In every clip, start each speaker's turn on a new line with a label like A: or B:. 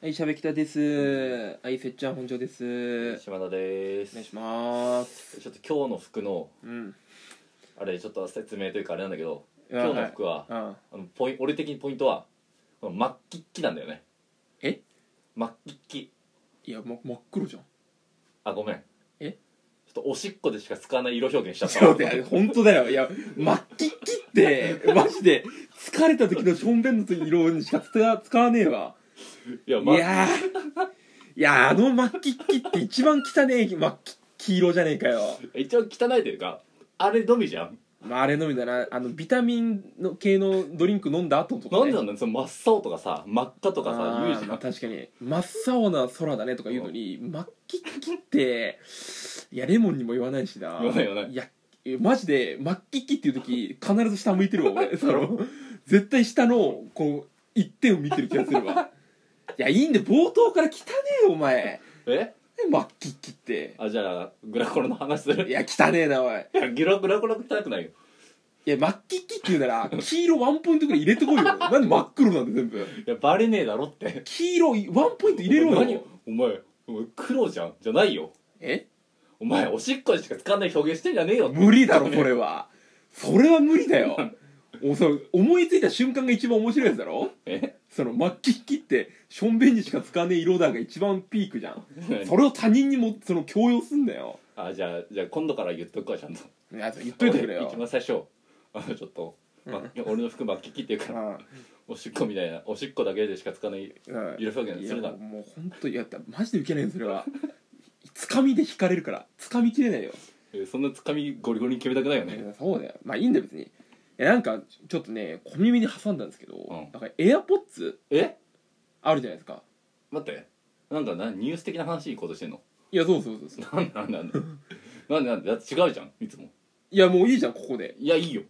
A: はい、しゃべきたです。はい、せっちゃん本庄です。お
B: 島田です
A: 願いします。
B: ちょっと今日の服の
A: うん。
B: あれちょっと説明というかあれなんだけど
A: いや
B: 今日の服は、
A: あ
B: あのポイ俺的にポイントはこの真っ黄っきなんだよね
A: え
B: 真っ黄っき
A: いや、ま、真っ黒じゃん。
B: あごめん
A: え
B: ちょっとおしっこでしか使わない色表現しちゃっ
A: ち
B: た
A: ょっと待って、本当だよ。いや、真っ黄っきって、 マジで、疲れた時のしょんべんの色にしか使わ使わねえわ。
B: いや
A: い
B: ま
A: やー、いやー、あの真っ黄っきって一番汚ねえ真っ黄黄色じゃねえかよ。
B: 一応汚いというかあれのみじゃん
A: まあ、あれのみだな、あの、ビタミンの系のドリンク飲んだ後とか、ね。
B: なんでなんだよその真っ青とかさ真っ赤とかさ
A: あー
B: 言うじゃ
A: まあ
B: ん
A: 確かに真っ青な空だねとか言うのに真っ黄っきっていやレモンにも言わないしな
B: 言わない言わない
A: いやえマジで真っ黄っきっていう時必ず下向いてるわ 俺その絶対下のこう一点を見てる気がする わいやいいんで冒頭から汚ねえよお前
B: え
A: 真っ黄っき って
B: あじゃあグラコロの話する
A: い
B: い
A: や汚ねえなおい
B: やグラグラコロ汚くないよ
A: いや真っ黄っきって言うなら黄色ワンポイントぐらい入れてこいよなんで真っ黒なんだ全部
B: いやバレねえだろって
A: 黄色いワンポイント入れろ
B: 何
A: よ
B: お前お前黒じゃんじゃないよ
A: え
B: お前おしっこでしか使わない表現してんじゃ ねえよ
A: 無理だろそれはそれは無理だよおそう思いついた瞬間が一番面白いやつだろ
B: え
A: その末期引きってしょんべんにしか使わねえ色だが一番ピークじゃんそれを他人にもその強要すんだよ
B: あじゃあじゃあ今度から言っとくわちゃんと
A: いや言っといてくれ
B: 俺
A: よ
B: 一番最初 あのちょっと、ま俺の服真っ黄っていうからおしっこみたいなおしっこだけでしか使わない
A: うんうん
B: 色表現
A: い
B: す
A: や
B: る
A: も
B: な
A: うもう本当いやマジでウケないよそれはつかみで引かれるからつかみきれないよ
B: えそんなつかみゴリゴリに決めたくないよ
A: い
B: ね
A: やそうだよまあいいんだよ別にいやなんかちょっとね小耳に挟んだんですけど、
B: ん
A: なんかエアポッツ
B: え
A: あるじゃないですか
B: 待ってなんかなニュース的な話いいことしてんの
A: いやそうそうそうそう
B: なんでなんでなんでなんでなんでだって違うじゃんいつも
A: いやもういいじゃんここで
B: いやいいよ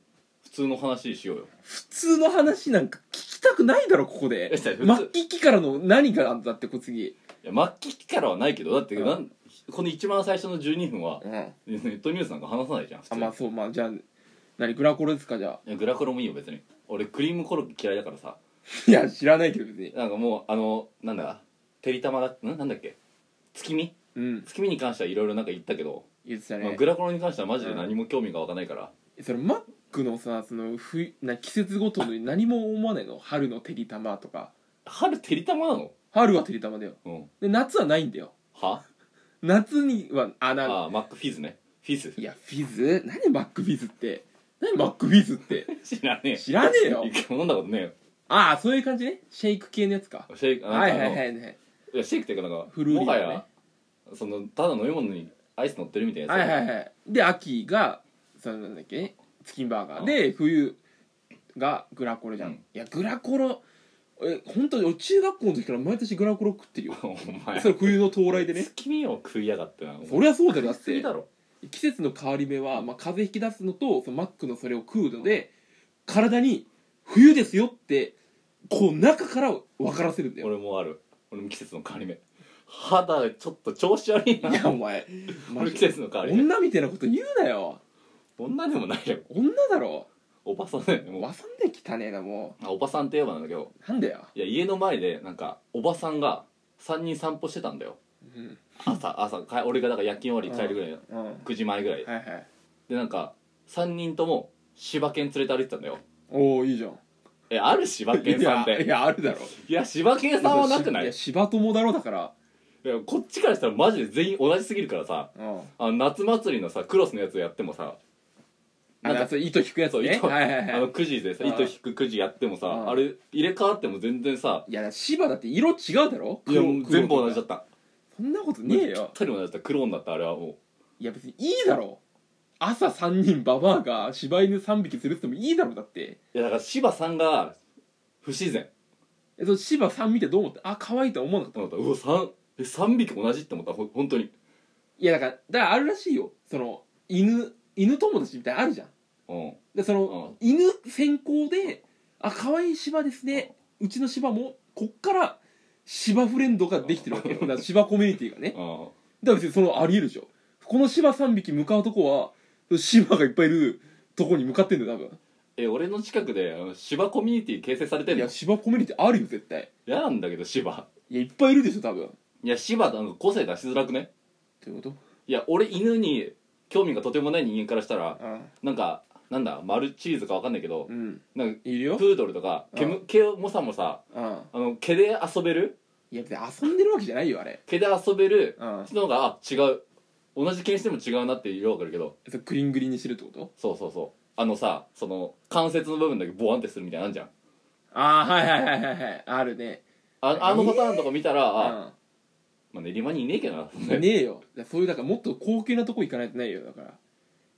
B: 普通の話しようよ
A: 普通の話なんか聞きたくないだろここで
B: えじゃあ普通
A: 末期期からの何があんだってこ次
B: いや末期からはないけどだって
A: うん
B: なんこの一番最初の12分は
A: うん
B: ネットニュースなんか話さないじゃん普通
A: あまあそうまあじゃあ何グラコロですかじゃあ
B: いやグラコロもいいよ別に俺クリームコロッケ嫌いだからさ
A: いや知らないけど別に
B: なんかもうあのなんだてりたまだんなんだっけ月見
A: うん
B: 月見に関してはいろいろなんか言ったけど、
A: 言ってた
B: まあ、
A: ね
B: グラコロに関してはマジで何も興味が湧かないから、
A: それマックのさその冬な季節ごとの何も思わないの春のてりたまとか
B: 春てりたまなの
A: 春はてりたまだよ
B: うん
A: で夏はないんだよ
B: は
A: 夏にはあな
B: ああマックフィズねフィズ
A: いやフィズ何マックフィズって何マックフィズって
B: 知らねえ
A: 知らねえよ
B: 一回も飲んだことね
A: ああそういう感じねシェイク系のやつか
B: えよシェイクなんかあ
A: は
B: の
A: いはいはいはい
B: いやシェイクっていうかなんか
A: フルーリー
B: も
A: だ
B: は
A: ね
B: やそのただ飲み物にアイス乗ってるみたいな
A: は
B: や
A: い
B: つ、
A: はいはいで秋がそのなんだっけチキンバーガー
B: うん
A: で冬がグラコロじゃん、
B: うん
A: いやグラコロえ本当に俺中学校の時から毎年グラコロ食ってるよ
B: お前
A: それ冬の到来でね
B: 月見を食いやがってな
A: そりゃそうだよだっ
B: 食い過ぎ
A: て
B: だろ
A: 季節の変わり目は、まあ、風邪ひき出すのとそのマックのそれを食うので体に冬ですよってこう中から分からせるんだよ
B: 俺もある俺も季節の変わり目肌ちょっと調子悪いない
A: やお前マ
B: 俺
A: ジ
B: 季
A: で
B: 節の変わり目
A: 女みたいなこと言うなよ
B: 女でもないよ
A: 女だろ
B: おばさんだよねも
A: わさんで汚ねえなも
B: うあおばさんって言えばなんだけど
A: うなんだよ、
B: いや家の前でなんかおばさんが3人散歩してたんだよ
A: うん
B: 朝朝か俺がだから夜勤終わり帰るぐらいの
A: うん、はい
B: 9時前ぐらい
A: はい
B: でなんか3人とも柴犬連れて歩いてたんだよ
A: おおいいじゃん
B: えある柴犬さんっ
A: いやい
B: て
A: やあるだろ
B: いや柴犬さんはなくない
A: い
B: い
A: や柴友だろだから
B: やこっちからしたらマジで全員同じすぎるからさ
A: うん
B: あの夏祭りのさクロスのやつやってもさ
A: なんかそう糸引くやつ
B: そう
A: ね
B: 糸
A: はいはい
B: あ
A: は
B: のくじでさ
A: うん
B: 糸引くくじやってもさ、
A: うん
B: あれ入れ替わっても全然さ
A: いいや柴だって色違うだろ
B: いやもう全部同じ
A: だ
B: だった
A: そんなことねえ
B: ぴっ
A: よ
B: たり同じだった黒になったあれはも
A: いや別にいいだろ朝3人ババアが柴犬3匹連れててもいいだろだって
B: ういやだから柴さんが不自然
A: えその柴さん見てどう思ったあ可愛いとは思わなかった
B: と思ったうわ三え三匹同じって思ったほ本当に
A: いやだからだからあるらしいよその犬犬友達みたいなのあるじゃん
B: うん
A: でその、
B: うん
A: 犬先行で「あ可愛い芝ですねうちの芝もこっから芝フレンドができてるわけよだから芝コミュニティがねだか
B: あ
A: ら別にそのありえるでしょこの芝3匹向かうとこは芝がいっぱいいるとこに向かってんだよ多分
B: え俺の近くであの芝コミュニティ形成されてん
A: い
B: の
A: や芝コミュニティあるよ絶対
B: 嫌なんだけど芝
A: いやいっぱいいるでしょ多分っ
B: いや柴田なんか個性出しづらくね
A: てこと
B: いや俺犬に興味がとてもない人間からしたら
A: あ
B: なんかなんだマルチーズかわかんないけど
A: うん
B: なんか
A: いる
B: プ
A: よ
B: ードルとか毛む毛もさもさ
A: あ
B: あの毛で遊べる
A: いや別に遊んでるわけじゃないよあれ
B: 毛で遊べる
A: あ
B: 人の方があ違う同じ毛にしても違うなって色わかるけど
A: それグリングリンにしてるってこと
B: そうそうそうあのさその関節の部分だけボワンってするみたいなのあんじゃん
A: ああはいはいはいはいはいあるね
B: ああのパターンとか見たら、あ
A: う
B: まあ、練馬にいねえけどな
A: んねえよだからそういうだからもっと高級なとこ行かないとないよだから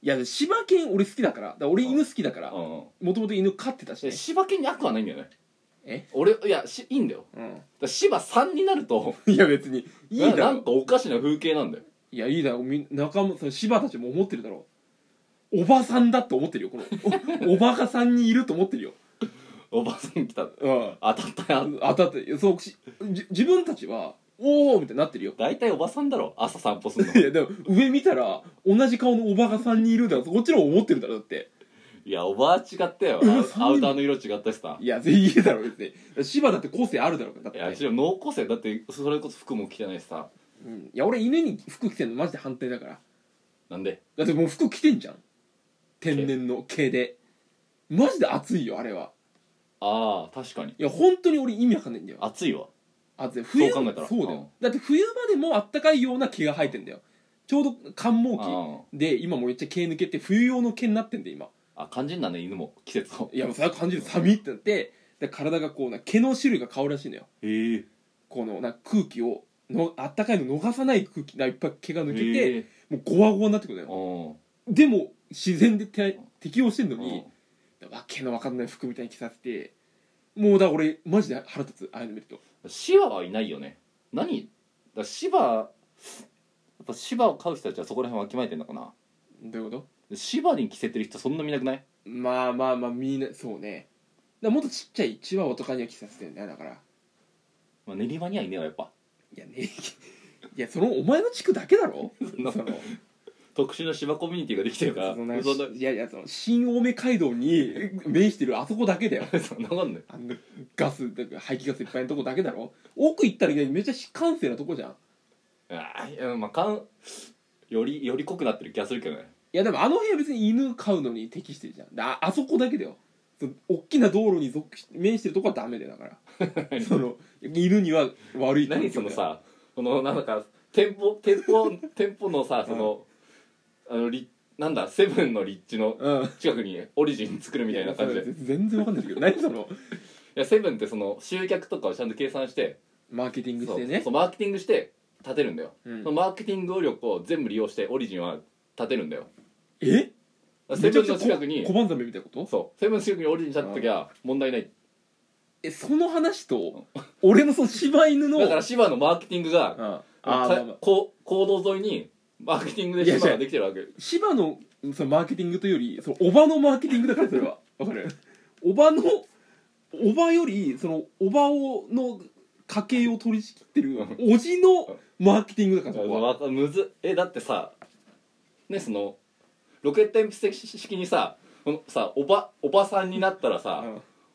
A: いや柴犬俺好きだからだから俺犬好きだから
B: うんうん
A: もともと犬飼ってたし
B: で
A: ね
B: 柴犬に悪はないんだよね
A: え
B: 俺いやしいいんだよだか
A: うん
B: ら柴3になると
A: いや別にいいだ
B: なな
A: ろ
B: んかおかしな風景なんだよ
A: いやいいだろみん仲間その柴たちも思ってるだろおばさんだって思ってるよこのお おばかさんにいると思ってるよ
B: おばさん来た
A: うん
B: 当たったや
A: 当たってそうしじ自分たちはおおみたいになってるよ
B: 大体おばさんだろ朝散歩 すんの
A: いやでも上見たら同じ顔のおばかさんにいるだろこっちの方思ってるだろだって
B: いやおばあ違ったよ
A: うん
B: アウ
A: そんな
B: アウターの色違ったしさ
A: いや全員いいだろ別に柴だって個性あるだろだっ
B: い
A: て
B: や一応濃厚生だってそれこそ服も着てないしさ
A: うん、いや俺犬に服着てんのマジで反対だから
B: なんで
A: だってもう服着てんじゃん天然の毛でマジで暑いよあれは
B: ああ確かに
A: いや本当に俺意味わかんないんだよ
B: 暑いわ
A: あで冬
B: そう考えたら
A: そうだよ、
B: うん
A: だって冬場でもあったかいような毛が生えてんだよちょうど寒毛期
B: あ
A: で今もうめっちゃ毛抜けて冬用の毛になってんだよ今
B: あ肝心なんだね犬も季節を
A: いやもうそれは感じる寒いってなってで体がこうな毛の種類が変わるらしいのよ
B: へえ
A: このなんか空気をのあったかいの逃さない空気がいっぱい毛が抜けて、
B: へえ
A: もうゴワゴワになってくるのよ
B: うん
A: でも自然でて適応してんの
B: うん
A: に、わけのわかんない服みたいに着させてもうだから俺マジで腹立つああいうの見ると
B: シバはいないよね何だシバやっぱシバを飼う人たちはそこら辺わきまえてんのかな
A: どういうこと
B: でシバに着せてる人そんな見なくない
A: まあまあまあみんなそうねだからもっとちっちゃいチワワとかには着させてるんだよだからい
B: まあ、練馬にはいねえわ やっぱ
A: やねいやそのお前の地区だけだろ
B: そんな
A: その
B: 特殊な芝コミュニティができてるから
A: そのなん
B: そんな
A: かいやいやその新青梅街道に面してるあそこだけだよ
B: そんなことない
A: あのガスだから排気ガスいっぱいのとこだけだろ奥行ったらいきなりめっちゃ閑静なとこじゃんい
B: あーいやまあかんよりより濃くなってる気がする けどね
A: やでもあの辺は別に犬飼うのに適してるじゃんでああそこだけだよその大きな道路に属し面してるとこはダメだよだからその犬には悪い環境だよ
B: 何そのさ このなんか店舗店舗店舗のさその、あのりなんだセブンの立地の
A: うん
B: 近くにオリジン作るみたいな感じでい
A: 全然わかんないけど何その
B: やセブンってその集客とかをちゃんと計算して
A: マーケティングし
B: そう
A: てね
B: そうマーケティングして建てるんだよ、
A: うん
B: そのマーケティング力を全部利用してオリジンは建てるんだよ
A: え
B: だからセブンの近くに
A: 小判ザメみたいなこと
B: そうセブンの近くにオリジン建てときゃ問題ない
A: えその話と俺のその柴犬の
B: だから芝のマーケティングが
A: うん、ああまあま
B: か
A: あ
B: こう行動沿いにマーケティングで
A: いや
B: 芝
A: 違
B: が
A: う
B: できてるわけよ
A: 芝のそのマーケティングというよりそのおばのマーケティングだからそれ はわかるおばのおばよりそのおばをの家計を取り仕切ってるおじのマーケティングだからそこは
B: わかむずっえだってさねそのロケット鉛筆式にさこのさおばおばさんになったらさ、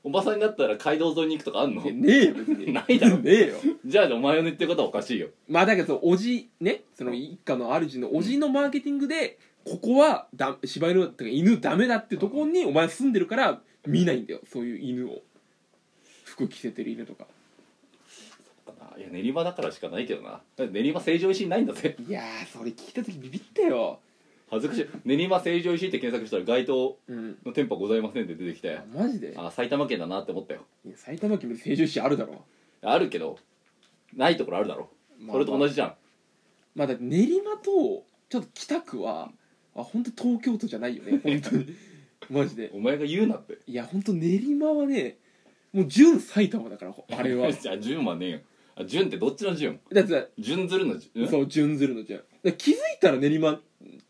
B: おばさんになったら街道沿いに行くとかあんの
A: うんいやねえよ別 に
B: ないだろ
A: ねえよ
B: じゃあお前の言ってることはおかしいよ
A: まあだけどおじねその一家の主のおじのマーケティングでここはだ柴犬だったか犬ダメだってとこにお前住んでるから見ないんだよそういう犬を服着せてる犬とか
B: いや練馬だからしかないけどなだって練馬成城石井ないんだぜ
A: いやーそれ聞いた時ビビったよ
B: 恥ずかしい練馬成城石井って検索したら街頭
A: うん
B: の店舗ございませんって出てきて
A: あマジで
B: あ埼玉県だなって思ったよ
A: いや埼玉県別に成城石井あるだろ
B: あるけどないところあるだろ、
A: まあ
B: それと同じじゃん
A: まあだって練馬とちょっと北区はあ本当東京都じゃないよね本当にマジで
B: お前が言うなって
A: いや本当練馬はねもう純埼玉だからあれは
B: じゃあ純はねえよあ純ってどっちの純
A: だってさ
B: 純ずるの純
A: そう準ずるのじゃんだから気づいたら練馬っ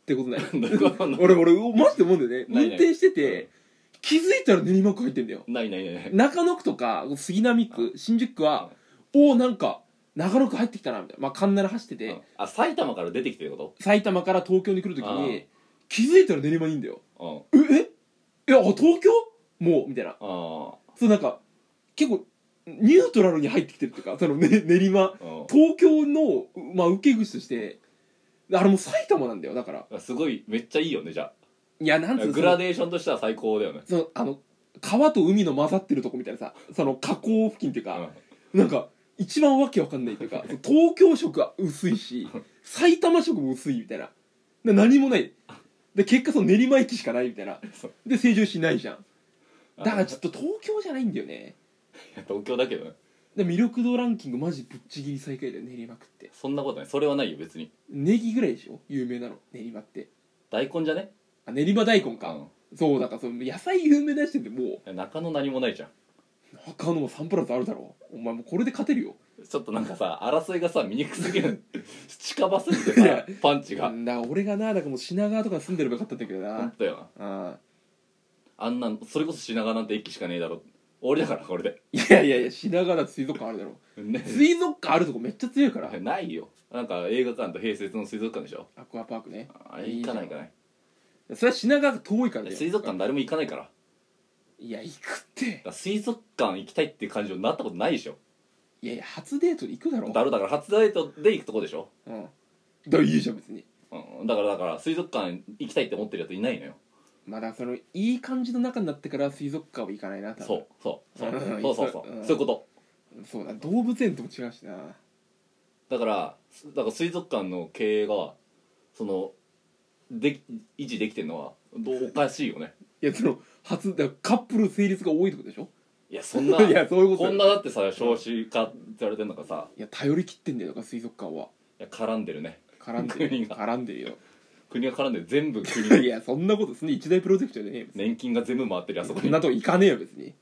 A: てことない
B: どういうことな の
A: 俺俺マジで思うんだよね
B: ない
A: 運
B: ない
A: 転してて気づいたら練馬区入ってんだよ
B: ないないないない
A: 中野区とか杉並区新宿区はおおんか中野区入ってきたなみたいなまあ神奈川走ってて
B: あ埼玉から出てきてるこ
A: 埼玉から東京に来るとき
B: うん
A: に気づいたら練馬にいんだよ
B: と
A: ええいやあ東京もうみたいな
B: うんあ
A: そうなんか結構ニュートラルに入ってきてるっていうかその、ね、練馬
B: うん
A: 東京の、まあ、受け口としてあれもう埼玉なんだよだから
B: すごいめっちゃいいよねじゃ
A: いやなん
B: あ
A: つうの
B: グラデーションとしては最高だよね
A: そのあの川と海の混ざってるとこみたいなさその河口付近っていうか、なんか一番わけわかんないっていうかその東京色は薄いし埼玉色も薄いみたいなで何もないで結果その練馬駅しかないみたいな
B: そう
A: で成城石ないじゃん
B: うん
A: だからちょっと東京じゃないんだよね
B: 東京だけどね
A: で魅力度ランキングマジぶっちぎり最下位だよ練馬区って
B: そんなことないそれはないよ別に
A: ネギぐらいでしょ有名なの練馬って
B: 大根じゃね
A: あ練馬大根か、そうだからその野菜有名出してても
B: うん中野何もないじゃん
A: う中野もサンプラザあるだろお前もうこれで勝てるよ
B: ちょっとなんかさ争いがさ醜すぎる 近場すぎて
A: い
B: さ
A: や
B: パンチ
A: な
B: が
A: んだ俺がなだからもう品川とかに住んでればよかったんだけど
B: 本
A: な
B: 当よな
A: あ
B: あんなんそれこそ品川なんて一機しかねえだろ俺だからこれで
A: いやいやいや品川だって水族館あるだろ
B: ね
A: 水族館あるとこめっちゃ強いから
B: ないよなんか映画館と併設の水族館でしょ
A: アクアパークね
B: あれ行かない行かない
A: いそれは品川が遠いからだよ
B: 水族館誰も行かないからだか
A: いや行くって
B: ら水族館行きたいっていう感情になったことないでしょ
A: いやいや初デートで行くだろ
B: だろだから初デートで行くとこでしょ、
A: うんだからいいじゃん別に
B: うん、だからだから水族館行きたいって思ってるやついないのよ
A: まだそのいい感じの中になってから水族館は行かないな多分
B: そうそうそう
A: うん
B: そうそうそう
A: うん
B: そういうこと
A: そうだ動物園とも違うしな
B: だからすだから水族館の経営がそのでき維持できてるのはどうおかしいよね
A: いやその初だからカップル成立が多いってことでしょ
B: いやそん ない
A: やそういうこと
B: こんなだってさ少子化って言われてんのかさ
A: いや頼り切ってんだよだから水族館はい
B: や絡んでるね
A: 絡んでる
B: 国が
A: 絡んでるよ
B: 国が絡んでる全部国
A: いやそんなことすんね一大プロジェクトじゃねえよ
B: 年金が全部回ってるよあそこ
A: そん
B: に
A: なとこ行かねえよ別に